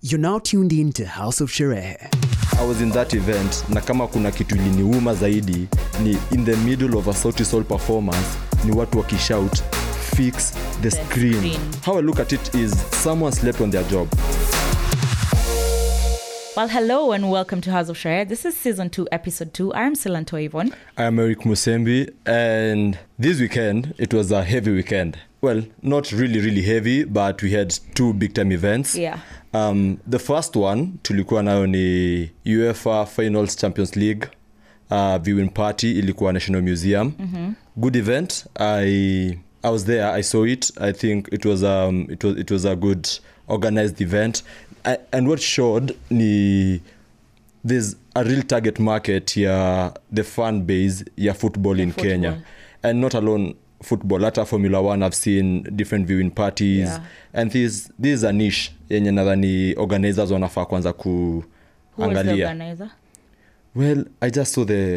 You're now tuned in to House of Sherehe. I was in that event na kama kuna kitu iliniuma zaidi ni in the middle of a cortisol performance ni watu wakishout fix the screen. screen. How I look at it is someone slept on their job. Well, hello and welcome to House of Share. This is season two, episode two. I am Silanto Yvonne. I am Eric Musembi and this weekend it was a heavy weekend. Well, not really really heavy but we had two big time events. Yeah. Um, the first one tulikuwa nayo ni UEFA Finals Champions League uh, viewing party ilikuwa National Museum. Good event. I I was there. I saw it. I think it was um it was it was a good organized event. I, and what showed ni there's a real target market ya the fan base ya football in football. Kenya and not alone football hata formula 1 i've seen different viewing parties Yeah. and this, this is a niche yenye nadhani organizers wanafaa kwanza Who was the kuangalia organizer? well i just saw the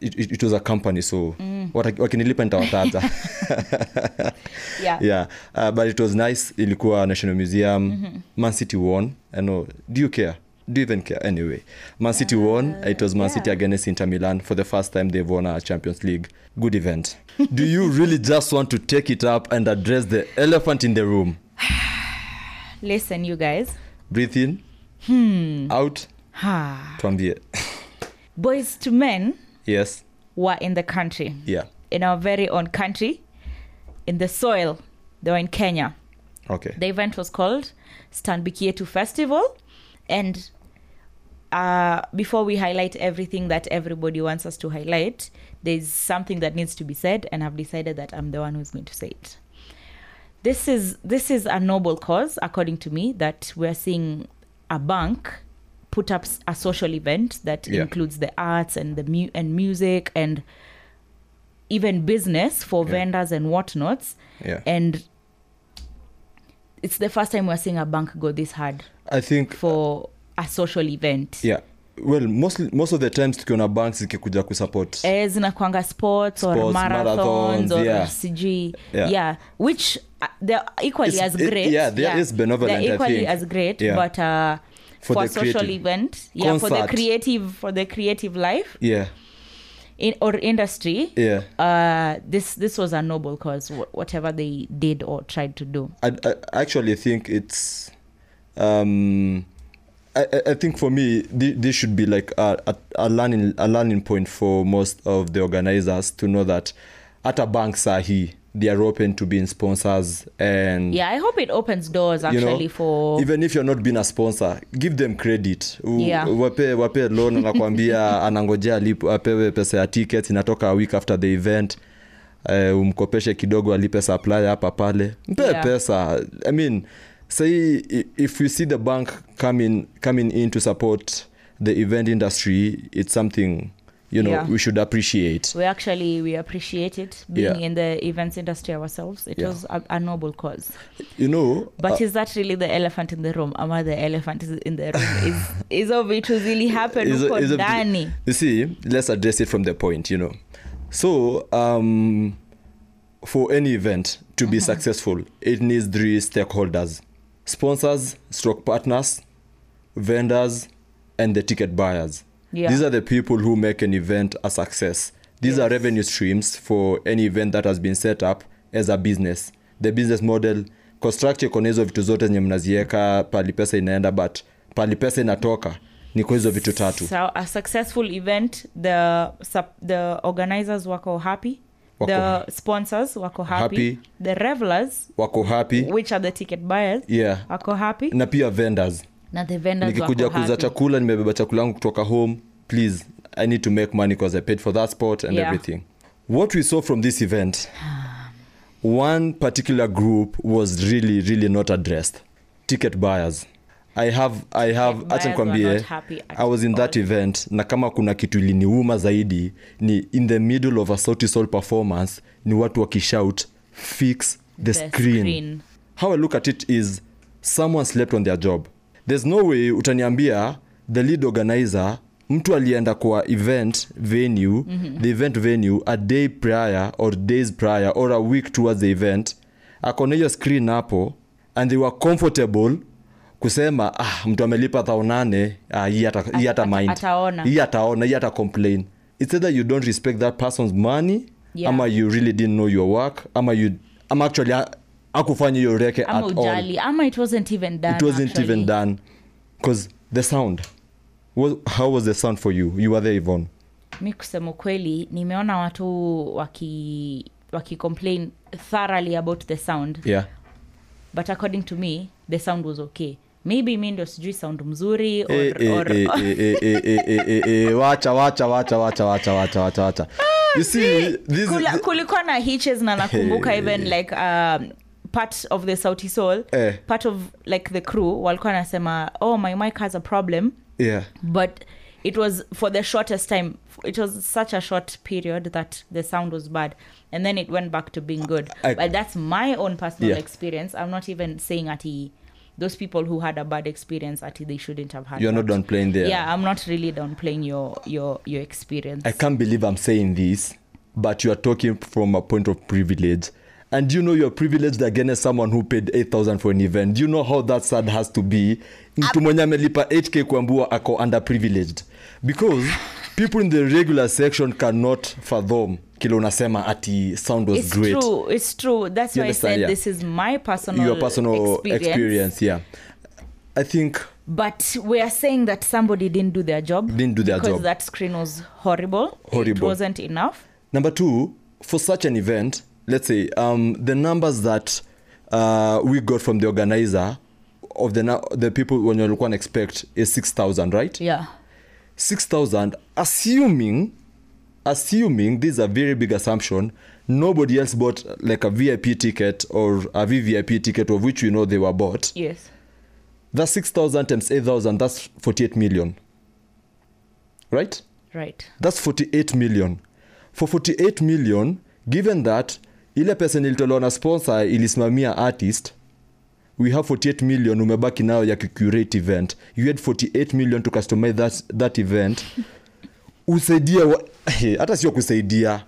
it, it, it was a company so mm. wakinilipa nitawataja Yeah. yeah uh, but it was nice ilikuwa national museum Mm-hmm. man city won i know do you care do you even care anyway man city won it was man city Uh, yeah. against inter milan for the first time they've won a champions league good event do you really just want to take it up and address the elephant in the room Listen, you guys. breathe in hmm. out Ah. tuambie Boys to men yes were in the country, yeah in our very own country, in the soil. They were in Kenya. okay The event was called Stanbiki Yetu Festival. And uh, before we highlight everything that everybody wants us to highlight, there's something that needs to be said, and I've decided that I'm the one who's going to say it. This is this is a noble cause, according to me, that we're seeing a bank put up s- a social event that Yeah. includes the arts and the mu- and music and even business for Yeah. vendors and whatnots yeah and it's the first time we're seeing a bank go this hard i think for a social event yeah well mostly, most of the times tukiona banks zikikuja kusupport Eh, zinakwanga sports, or Sports, marathons, marathons, or yeah. CG. Yeah. which uh, they're equally It's- as it- great. yeah, they is benevolent, They're I equally think. as great, Yeah. but uh, For for, the a social creative. event, yeah, for the Concert. creative, for the creative life yeah in or industry, yeah uh, this this was a noble cause. wh- Whatever they did or tried to do. I, I actually think it's um I, I- I think for me thi- this should be like a, a, a learning a learning point for most of the organizers to know that at a bank sahi they are open to being sponsors and Yeah, I hope it opens doors you actually know, for even if you're not being a sponsor give them credit U- Yeah. wape wape loan anakwambia anangojea alipo apewe pesa ya tickets inatoka a week after the event uh, umkopeshe kidogo alipe supply hapa pale mpe Yeah. pesa i mean say i- if you see the bank coming coming in to support the event industry it's something you know Yeah. we should appreciate we actually we appreciate it being Yeah. in the events industry ourselves it Yeah. was a, a noble cause you know but uh, is that really the elephant in the room am i the elephant is in the room is is of it was really happened is- huko is a- ndani you see let's address it from the point you know so um, for any event to Mm-hmm. be successful it needs three stakeholders sponsors stroke partners vendors and the ticket buyers Yeah. these are the people who make an event a success these are Yes. revenue streams for any event that has been set up as a business the business model construct iko na hizo vitu zote zenye mnazieka pali pesa inaenda but pali pesa inatoka ni kwa hizo vitu tatu so a successful event the sup- the organizers wako happy Wako- the sponsors wako happy, Happy. the revelers wako happy which are the ticket buyers yeah wako happy na pia vendors na the vendors nikikuja wako kuuza happy. chakula nimebeba chakula yangu kutoka home please i need to make money because i paid for that sport and Yeah. everything what we saw from this event one particular group was really really not addressed ticket buyers i have i have buyers acha were nikwambie not happy at i was in that event na kama kuna kitu iliniuma zaidi ni in the middle of a cortisol performance ni watu wakishout fix the, The screen screen. how i look at it is someone slept on their job there's no way utaniambia the lead organizer mtu alienda kwa event venue Mhm. mm-hmm. the event venue a day prior or days prior or a week towards the event akona hiyo screen hapo and they were comfortable kusema ah, mtu amelipa thao nane ah, hii hata hii hata ata- mind ataona. hii ataona hii hata complain it's either you don't respect that person's money Yeah. ama you really didn't know your work ama you ama actually ha- hakufanya hiyo reke ama at all ujali ama it wasn't even done it wasn't actually. even done because the sound was, how was the sound for you you were there Yvonne mi kusema ukweli nimeona watu waki waki complain thoroughly about the sound yeah but according to me the sound was okay maybe mi ndio sijui sound mzuri or, Eh, eh, or, eh, eh, eh, eh, eh, eh, eh, eh, wacha wacha wacha wacha wacha wacha wacha wacha you see this Ah, Kula, kulikuwa na hitches na nakumbuka even like um, part of the sauti soul Eh. part of like the crew walikuwa nasema oh my mic has a problem yeah but it was for the shortest time it was such a short period that the sound was bad and then it went back to being good I- but that's my own personal Yeah. experience i'm not even saying ati those people who had a bad experience ati they shouldn't have had you're not that. downplaying there yeah i'm not really downplaying your your your experience I can't believe I'm saying this, but you are talking from a point of privilege. And you know you're privileged against someone who paid 8,000 for an event. You know how that sad has to be. Mtu mwenye amelipa 8k kuambua ako underprivileged. Because people in the regular section cannot fathom kile unasema ati sound was it's great. true it's true that's You why i understand, said yeah. this is my personal Your personal experience. yeah. I think but we are saying that somebody didn't do their job Didn't do their because job. that screen was horrible it Horrible. wasn't enough Number two, for such an event, let's say um, the numbers that uh, we got from the organizer of the nu- the people when you can expect is six thousand, right? yeah Six thousand, assuming assuming this is a very big assumption. Nobody else bought uh, like a VIP ticket or a VVIP ticket of which we know they were bought. yes That's six thousand times eight thousand. That's forty-eight million. Right? right that's 48 million for 48 million given that ile pesa nilitolewa na sponsor ilisimamia artist we have 48 million umebaki nayo ya kucurate event you had 48 million to customize that, that event usaidie wa- Hey, hata sio kusaidia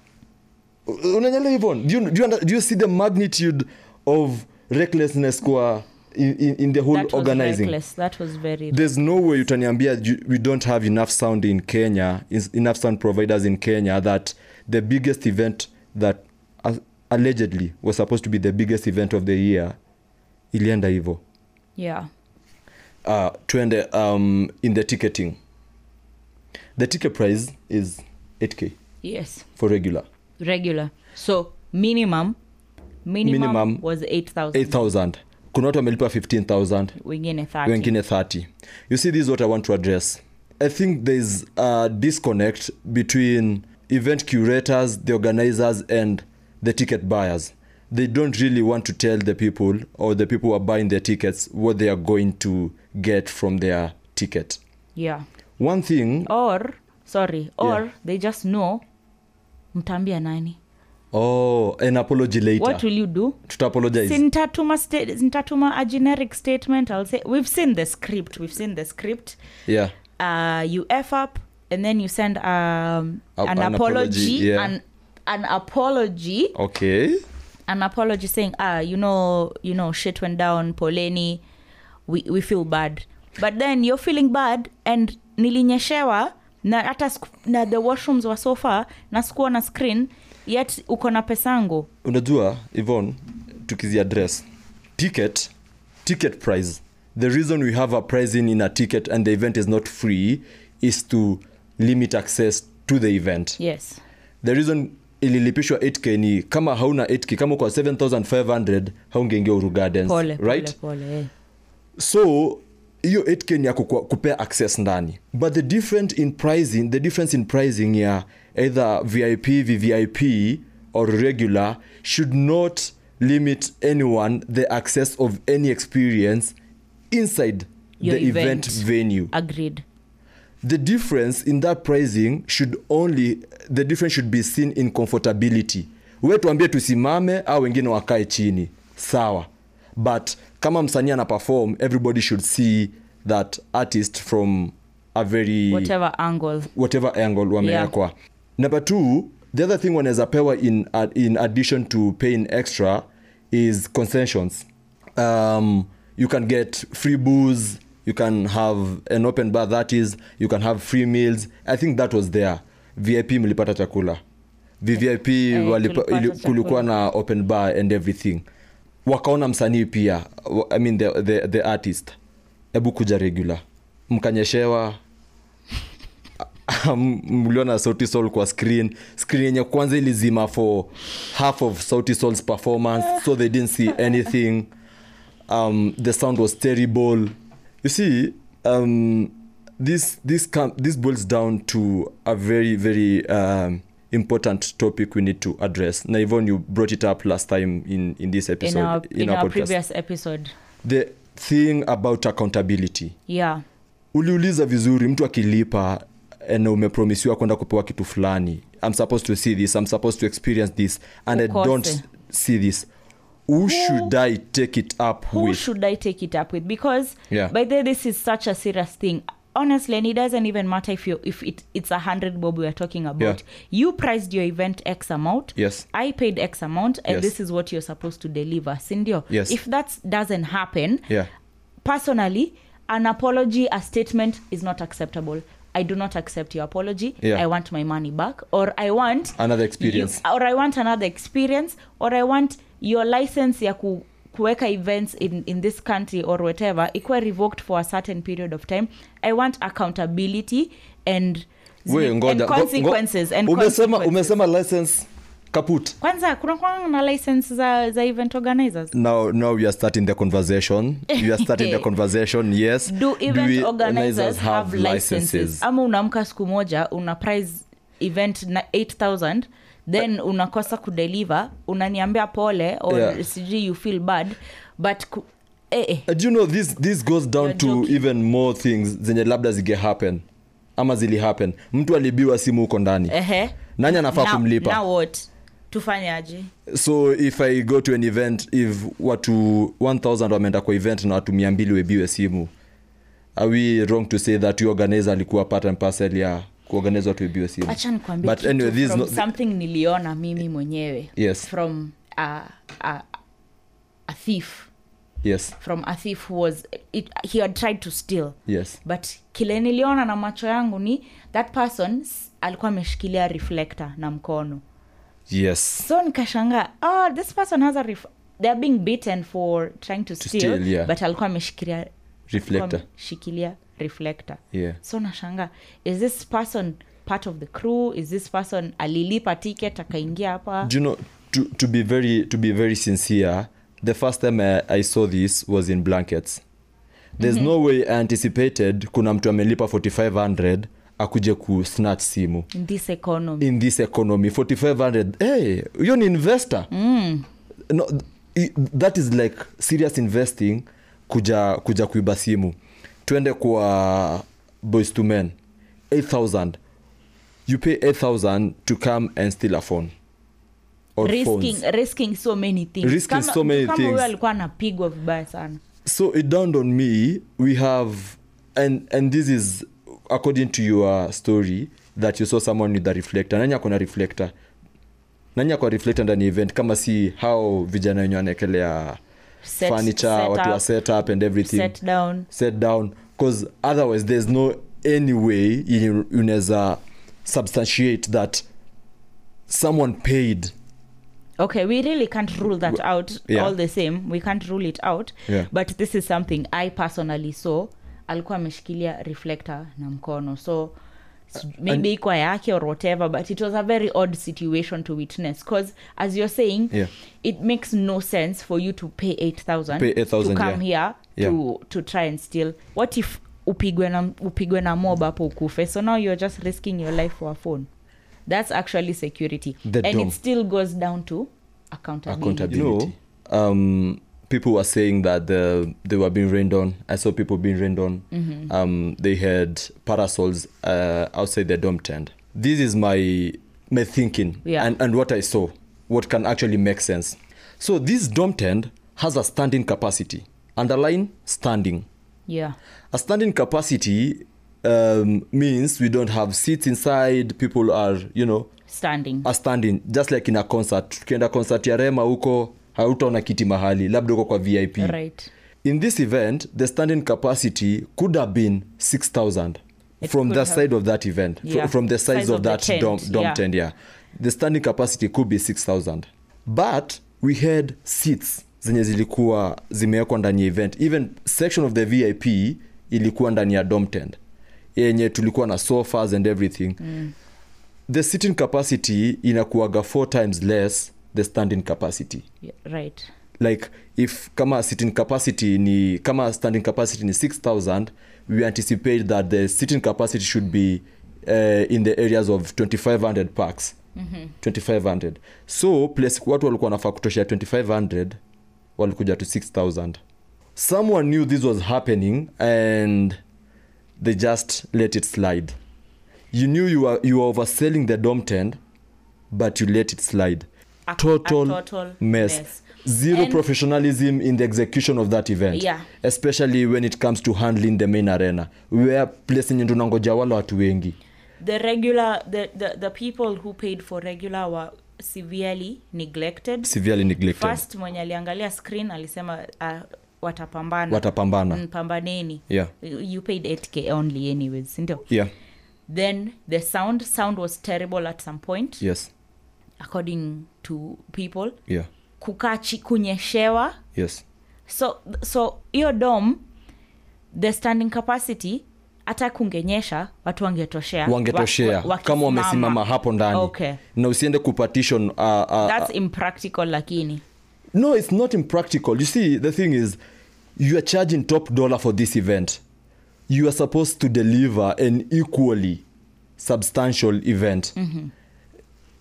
unanyela hivon do you, do, you, under- do you see the magnitude of recklessness kwa in, in, in the whole that was organizing reckless. that was very there's no way utaniambia ju- we don't have enough sound in kenya is- enough sound providers in kenya that the biggest event that a- allegedly was supposed to be the biggest event of the year ilienda hivo yeah uh, tuende um, in the ticketing the ticket price is 8k yes for regular regular so minimum minimum, Minimum. was 8000 8000 kuna watu wamelipa 15000 wengine 30 wengine 30 you see this is what i want to address i think there's a disconnect between event curators the organizers and the ticket buyers they don't really want to tell the people or the people who are buying their tickets what they are going to get from their ticket yeah one thing or sorry or Yeah. they just know mtambia nani oh an apology what later will you do tutaapologize sintatuma sta- sintatuma a generic statement i'll say we've seen the script we've seen the script yeah uh, you f up and then you send um, A- an, an apology, apology, yeah. an, an apology okay an apology saying ah you know you know shit went down poleni we, we feel bad but then you're feeling bad and nilinyeshewa na hata siku- na the washrooms were so far na sikuwa na screen yet uko na pesangu unajua ivon tukizi address ticket ticket price the reason we have a pricing in a ticket and the event is not free is to limit access to the event yes the reason ililipishwa 8k ni kama hauna 8k kama kwa 7500 haungeingia uru gardens pole right pole, pole eh. so hiyo 8k ni ya kukua- kupea access ndani but the different in pricing the difference in pricing ya either vip vvip or regular should not limit anyone the access of any experience inside Your the event. event venue agreed the difference in that pricing should only the difference should be seen in comfortability we tuambie tusimame au wengine wakae chini sawa but kama msanii ana perform everybody should see that artist from a very whatever angle whatever angle wamewekwa yeah. number two the other thing wanaweza pewa in, in addition to paying extra is concessions um, you can get free booze you can have an open bar that is you can have free meals i think that was there vip mlipata chakula vvip Eh, walipa, tulipata ili, chakula. kulikuwa na open bar and everything wakaona msanii pia wa- i mean the, the, the artist hebu kuja regular mkanyeshewa M- mliona sauti sol kwa screen screen yenye kwanza ilizima for half of sauti sol's performance so they didn't see anything um, the sound was terrible you see um, this, this, com- this boils down to a very very um, important topic we need to address na even you brought it up last time in, in this in episode our in, our, podcast. previous episode the thing about accountability yeah uliuliza vizuri mtu akilipa na umepromisiwa kwenda kupewa kitu fulani i'm supposed to see this i'm supposed to experience this and Ukose. i don't see this who, should i take it up who with should I take it up with? Because Yeah. by the way, this is such a serious thing. Honestly, and it doesn't even matter if you if it, it's a hundred bob we are talking about. You priced your event X amount. Yes. I paid X amount, and Yes. this is what you're supposed to deliver. Sindio. Yes. If that doesn't happen, yeah personally, an apology, a statement is not acceptable. I do not accept your apology. Yeah. I want my money back, or I want Another experience. you- or I want another experience, or I want your license ya ku, kuweka events in, in this country or whatever ikuwe revoked for a certain period of time. I want accountability and, We, and ngoja, ngo- ngo- consequences. and umesema, consequences. umesema license kaput Kwanza kuna kwanga na license za, za event organizers. now now we are starting the conversation we are starting the conversation yes do event we- organizers have licenses ama unaamka siku moja una prize event na 8000 then unakosa kudeliver unaniambia pole or Yeah. sijui you feel bad but ku, eh, eh. Uh, do you know this this goes down You're to joking. even more things zenye labda zige happen ama zili happen mtu alibiwa simu huko ndani Ehe. nani anafaa Now- kumlipa now what tufanye aje so if i go to an event if watu 1000 wameenda kwa event na watu 200 webiwe simu are we wrong to say that you organizer alikuwa part and parcel ya kuorganize watu webiwe simu acha nikwambie but kitu anyway this is from not something niliona mimi mwenyewe Yes. from a, a, a thief yes from a thief who was it, he had tried to steal yes but kile niliona na macho yangu ni that person s- alikuwa ameshikilia reflector na mkono yes so nikashanga oh, this person has a ref- they are being beaten for trying to steal, steal, yeah. but alikuwa ameshikilia Reflector. alikuwa ameshikilia reflector Yeah. so nashanga is this person part of the crew is this person alilipa ticket akaingia hapa do you know to, to be very to be very sincere the first time i, I saw this was in blankets there's Mhm. no way i anticipated kuna mtu amelipa 4500 akuje ku snatch simu in this economy in this economy 4500 hey, you're an investor no, i- that is like serious investing kuja kuja kuiba simu tuende kwa boys to men 8000 you pay 8000 to come and steal a phone or risking, phones. risking so many things Risking so many kama huyo things. alikuwa anapigwa vibaya sana so it dawned on me we have and and this is according to your story that you saw someone with a reflector nani akona reflector nani akona reflector ndani ya event kama si how vijana wenye wanaekelea Set- furniture set watu wa up. set up and everything set down set down because otherwise there's no any way yenye unaweza substantiate that someone paid okay we really can't rule that out yeah. all the same we can't rule it out Yeah. but this is something i personally saw alikuwa ameshikilia reflector na mkono so Uh, s- maybe ikwa yake or whatever but it was a very odd situation to witness because as you're saying Yeah. it makes no sense for you to pay 8000 Pay to 8,000, come here Yeah. to, to try and steal what if upigwe na, upigwe na mob hapo ukufe so now you're just risking your life for a phone that's actually security The and dome. it still goes down to accountability. You know, um, people were saying that the, they were being rained on. I saw people being rained on. Um, they had parasols uh, outside their dorm tent. This is my my thinking Yeah. and, and what I saw, what can actually make sense. So this dorm tent has a standing capacity. Underline standing. Yeah. A standing capacity um, means we don't have seats inside. People are, you know, Standing. a standing just like in a concert tukienda concert ya rema huko hautaona kiti mahali labda huko kwa vip right. In this event, the standing capacity could have been 6,000 It from could the have- side of that event, fr- Yeah. from the size, Size of, of the that tent, dome, dome yeah. tent. Yeah. The standing capacity could be 6,000. But we had seats zenye zilikuwa zimewekwa ndani ya event. Even section of the VIP ilikuwa ndani ya dome tent yenye tulikuwa na sofas and everything mm. the sitting capacity inakuaga four times less the standing capacity Yeah, right like if kama sitting capacity ni kama standing capacity ni 6000 we anticipate that the sitting capacity should be uh, in the areas of 2500 packs mm-hmm. 2500 so place watu walikuwa nafaa kutoshea 2500 walikuja to 6000 someone knew this was happening and they just let it slide you knew you were, you were overselling the dom tent but you let it slide A- total, a total mess. mess. Zero And- professionalism in the execution of that event. Yeah. Especially when it comes to handling the main arena. Where place yenye tunangoja wala watu wengi. the regular the, the the people who paid for regular were severely neglected Severely neglected. first mwenye aliangalia screen alisema uh, watapambana Watapambana. Mm, pambaneni Yeah. You- you paid 8k only anyways sindio Yeah. then the sound sound was terrible at some point Yes. according to people Yeah. kukaa chi- kunyeshewa Yes. so so hiyo dom the standing capacity hata kungenyesha watu wangetoshea wangetoshea Wa- wa- kama wakisimama. wamesimama hapo ndani okay. na usiende kupatition uh, uh, that's impractical lakini No, it's not impractical. You see, the thing is, you are charging top dollar for this event. You are supposed to deliver an equally substantial event. Mm-hmm.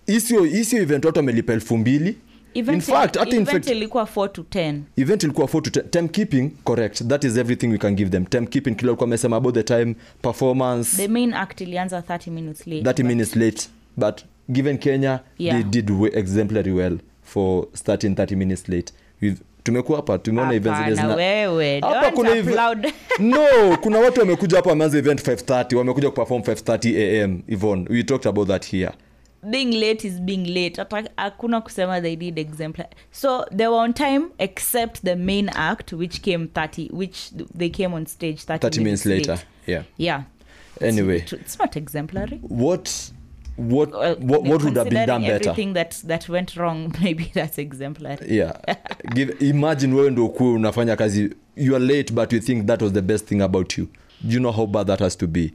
Isio isio event watu amelipa elfu mbili. event, in fact, hata in event fact, ilikuwa 4 to 10 event ilikuwa 4 to 10 time keeping correct that is everything we can give them time keeping kila alikuwa amesema about the time performance the main act ilianza 30 minutes late 30 minutes late but given kenya Yeah. they did we- exemplary well for starting 30 minutes late We've, tumekuwa hapa tumeona events zenye Hapana, zina- wewe, Hapa don't kuna eve- applaud. no kuna watu wamekuja hapa wameanza event 530 wamekuja kuperform 530 am Yvonne. we talked about that here being late is being late hata hakuna kusema they did exemplar so they were on time except the main act which came 30 which they came on stage 30, 30 minutes later late. yeah yeah anyway it's, it's not exemplary what what Well, what, what would have been considering done better everything that that went wrong maybe that's exemplary yeah Give, imagine wewe ndo ukuwe unafanya kazi you are late but you think that was the best thing about you you know how bad that has to be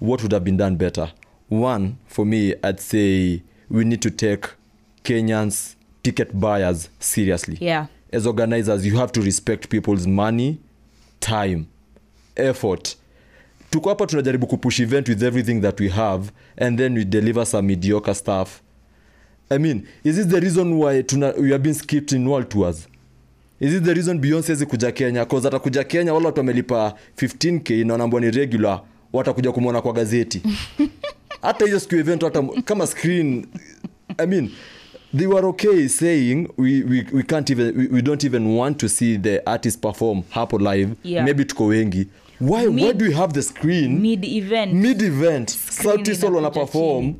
what would have been done better one for me i'd say we need to take kenyans ticket buyers seriously yeah as organizers you have to respect people's money time effort tuko hapa tunajaribu kupush event with everything that we have and then we deliver some mediocre stuff i mean is this the reason why tuna, we have been skipped in world tours is this the reason beyonce ezi kuja kenya cause atakuja kenya wala watu wamelipa 15k na wanaambua ni regular watakuja kumwona kwa gazeti hata hiyo siku event hata kama screen i mean they were okay saying we, we, we can't even we, we don't even want to see the artist perform hapo live Yeah. maybe tuko wengi why, why Mid- do you have the screen mid event mid event sauti sol inakuja wana perform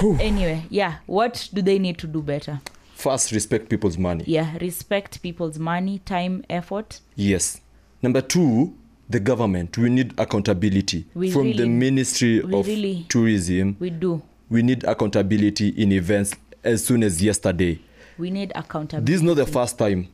chini. anyway yeah what do they need to do better first respect people's money yeah respect people's money time effort yes number two the government we need accountability We from the really- ministry we of really- tourism we do we need accountability in events as soon as yesterday we need accountability this is not the first time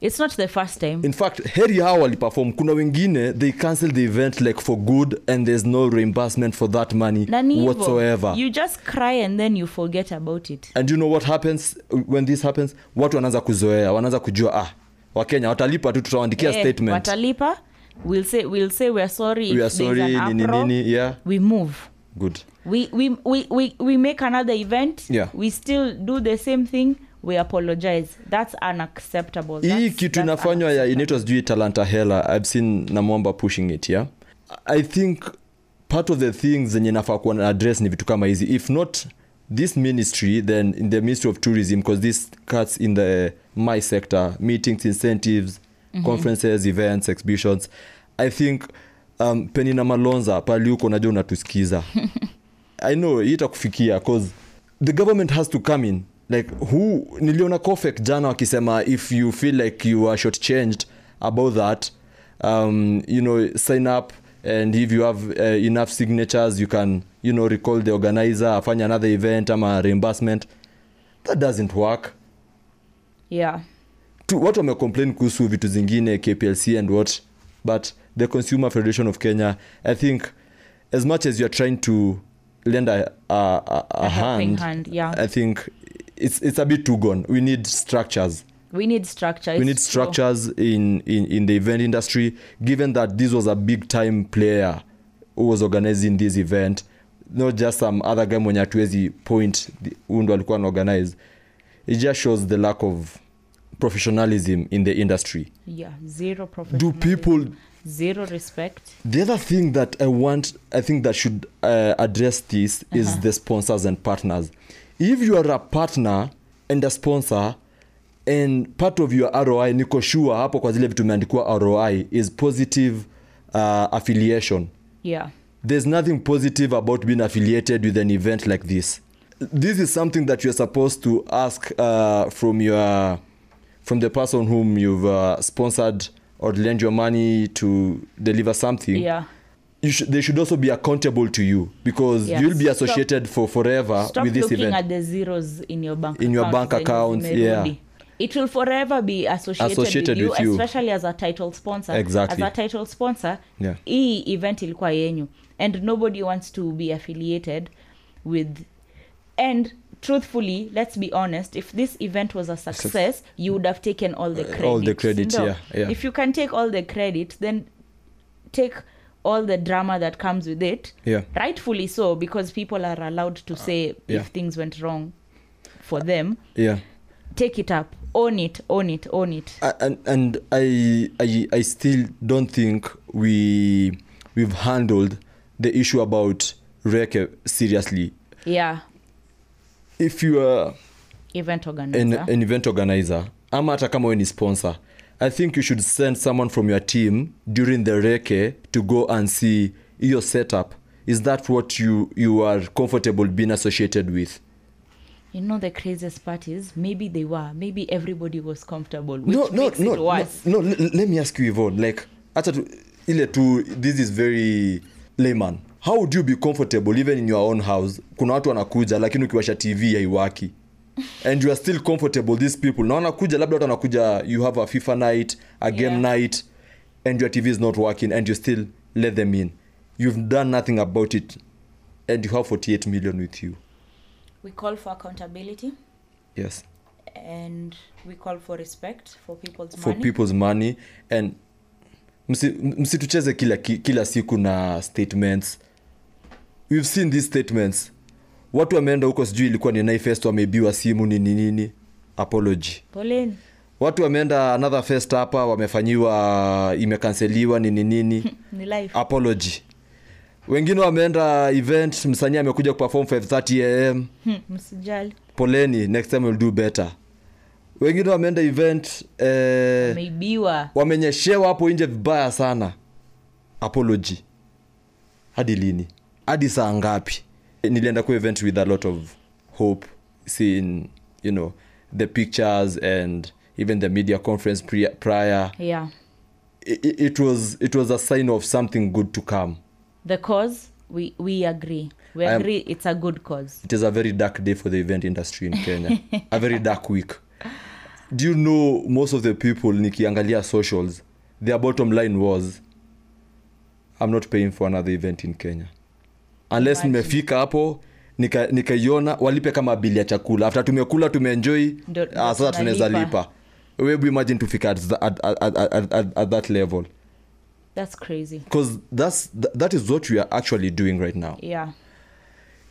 it's not the first time in fact heri hao waliperform kuna wengine they cancel the event like for good and there's no reimbursement for that money Na ni hivyo. whatsoever you just cry and then you forget about it and you know what happens when this happens watu wanaanza kuzoea wanaanza kujua ah wakenya watalipa tu tutawaandikia Eh, statement watalipa we'll say we'll say we're sorry we are if there's an sorry nini uproar. nini yeah we move good we we, we, we we make another event Yeah. we still do the same thing we apologize that's unacceptable hii That's- kitu that's inafanywa ya unacceptable. inaitwa sijui talanta hela i've seen namwamba pushing it yeah i think part of the things zenye nafaa kuwa na address ni vitu kama hizi if not this ministry then in the ministry of tourism because this cuts in the my sector meetings incentives mm -hmm. conferences events exhibitions i think um, penina malonza pali huko najua unatusikiza i know hii itakufikia cause the government has to come in like who niliona cofec jana wakisema if you feel like you are short changed about that um, you know sign up and if you have uh, enough signatures you can you know recall the organizer afanye another event ama reimbursement that doesn't work yeah tu, watu wamecomplain kuhusu vitu zingine kplc and what but the consumer federation of kenya i think as much as youare trying to lend a, a, a, a helping hand, Eh. hand, yeah. i think it's, it's a bit too gone we need structures we need structure we it's need true. structures in, in, in the event industry given that this was a big time player who was organizing this event not just some other guy mwenye hatuwezi point the- huyu ndo alikuwa anaorganize it just shows the lack of professionalism in the industry yeah do zero professionalism, people zero respect the other thing that i want i think that should uh, address this is the sponsors and partners if you are a partner and a sponsor and part of your roi niko sure hapo kwa zile vitu imeandikwa roi is positive uh, affiliation yeah there's nothing positive about being affiliated with an event like this this is something that you're supposed to ask uh, from your from the person whom you've uh, sponsored or lend your money to deliver something yeah you sh- they should also be accountable to you because Yeah. you'll be Stop- associated for forever stop with this looking event at the zeros in your bank In your accounts bank when accounts, you yeah. Merudi. it will forever be associated, Associated with, with you, you. especially as a title sponsor Exactly. as a title sponsor Yeah. hii event ilikuwa yenyu and nobody wants to be affiliated with and truthfully let's be honest if this event was a success you would have taken all the credit all the credit, sindo? yeah, yeah. if you can take all the credit then take all the drama that comes with it Yeah. rightfully so because people are allowed to say Uh, yeah. if things went wrong for them yeah take it up own it own it own it A- and and I, I I still don't think we we've handled the issue about reke seriously. yeah If you are event an, organizer an event organizer ama hata kama wewe ni sponsor, I think you should send someone from your team during the reke to go and see your setup. Is that what you you are comfortable being associated with? you know the craziest part is maybe they were maybe everybody was comfortable which no, no, makes no, it no, worse no, le- let me ask you, Yvonne. Like, acha tu, ile tu, this is very layman. How would you be comfortable even in your own house? Kuna watu wanakuja lakini ukiwasha TV haiwaki. And you are still comfortable these people. Na wanakuja labda watu wanakuja you have a FIFA night, a game Yeah. night and your TV is not working and you still let them in. You've done nothing about it and you have 48 million with you. we call for accountability Yes. and we call for respect for people's for money people's money and msi- msitucheze kila, ki- kila siku na statements we've seen these statements watu wameenda huko sijui ilikuwa ni naifest wameibiwa simu nini nini apology poleni watu wameenda another fest hapa wamefanyiwa imekanseliwa nini nini ni Ah. life apology wengine wameenda event msanii amekuja kuperform 530 am Hmm, msijali poleni next time we'll do better wengine wameenda event eh, meibiwa wamenyeshewa hapo nje vibaya sana apology hadi lini hadi saa ngapi nilienda ku event with a lot of hope seeing you know the pictures and even the media conference pri- prior yeah it, it was it was a sign of something good to come the cause we we agree we I am- agree it's a good cause it is a very dark day for the event industry in kenya a very dark week do you know most of the people nikiangalia socials their bottom line was i'm not paying for another event in kenya unless Imagine. nimefika hapo nika- nikaiona walipe kama bili ya chakula after tumekula tumeenjoy Ndo- ah, ndo sasa tunaweza tunalipa. lipa webu imagine tufika at, tha- at, at, at, at, at, at that level that's crazy because that's th- that is what we are actually doing right now yeah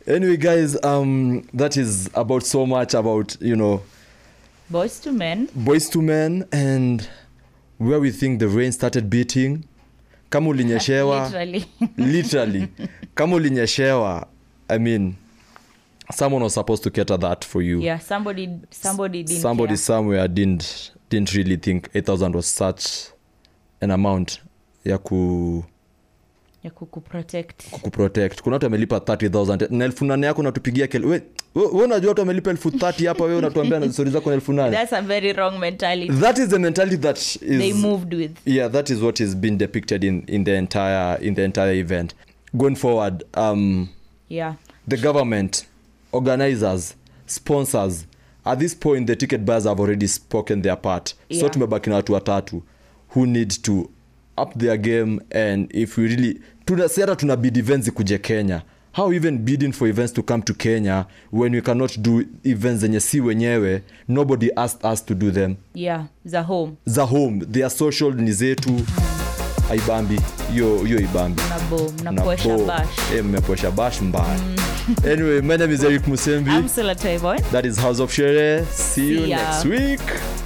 anyway guys um that is about so much about you know boys to men boys to men and where we think the rain started beating kama ulinyeshewa literally literally kama ulinyeshewa i mean someone was supposed to cater that for you yeah somebody somebody didn't somebody care. somewhere didn't didn't really think 8000 was such an amount ya ku ya kukuprotect kuprotect kuna watu amelipa 30000 na elfu nane yako natupigia kel we we- we unajua watu amelipa elfu 30 hapa wewe unatuambia na stori zako na elfu nane that's a very wrong mentality that is the mentality that is they moved with yeah that is what is being depicted in, in the entire in the entire event going forward um, yeah the government organizers sponsors at this point the ticket buyers have already spoken their part so Yeah. tumebaki na watu watatu who need to up their game and if we really tuna, si hata tuna bid events zikuje kenya how even bidding for events to come to kenya when we cannot do events zenye si wenyewe nobody asked us to do them yeah za home za home their social ni zetu aibambi hiyo hiyo ibambi mnabo Na mnapoesha po- bash Mm. eh, mmeposha bash mbaya anyway my name is eric musembi i'm sula Toyboy. that is house of shere see you See ya. next week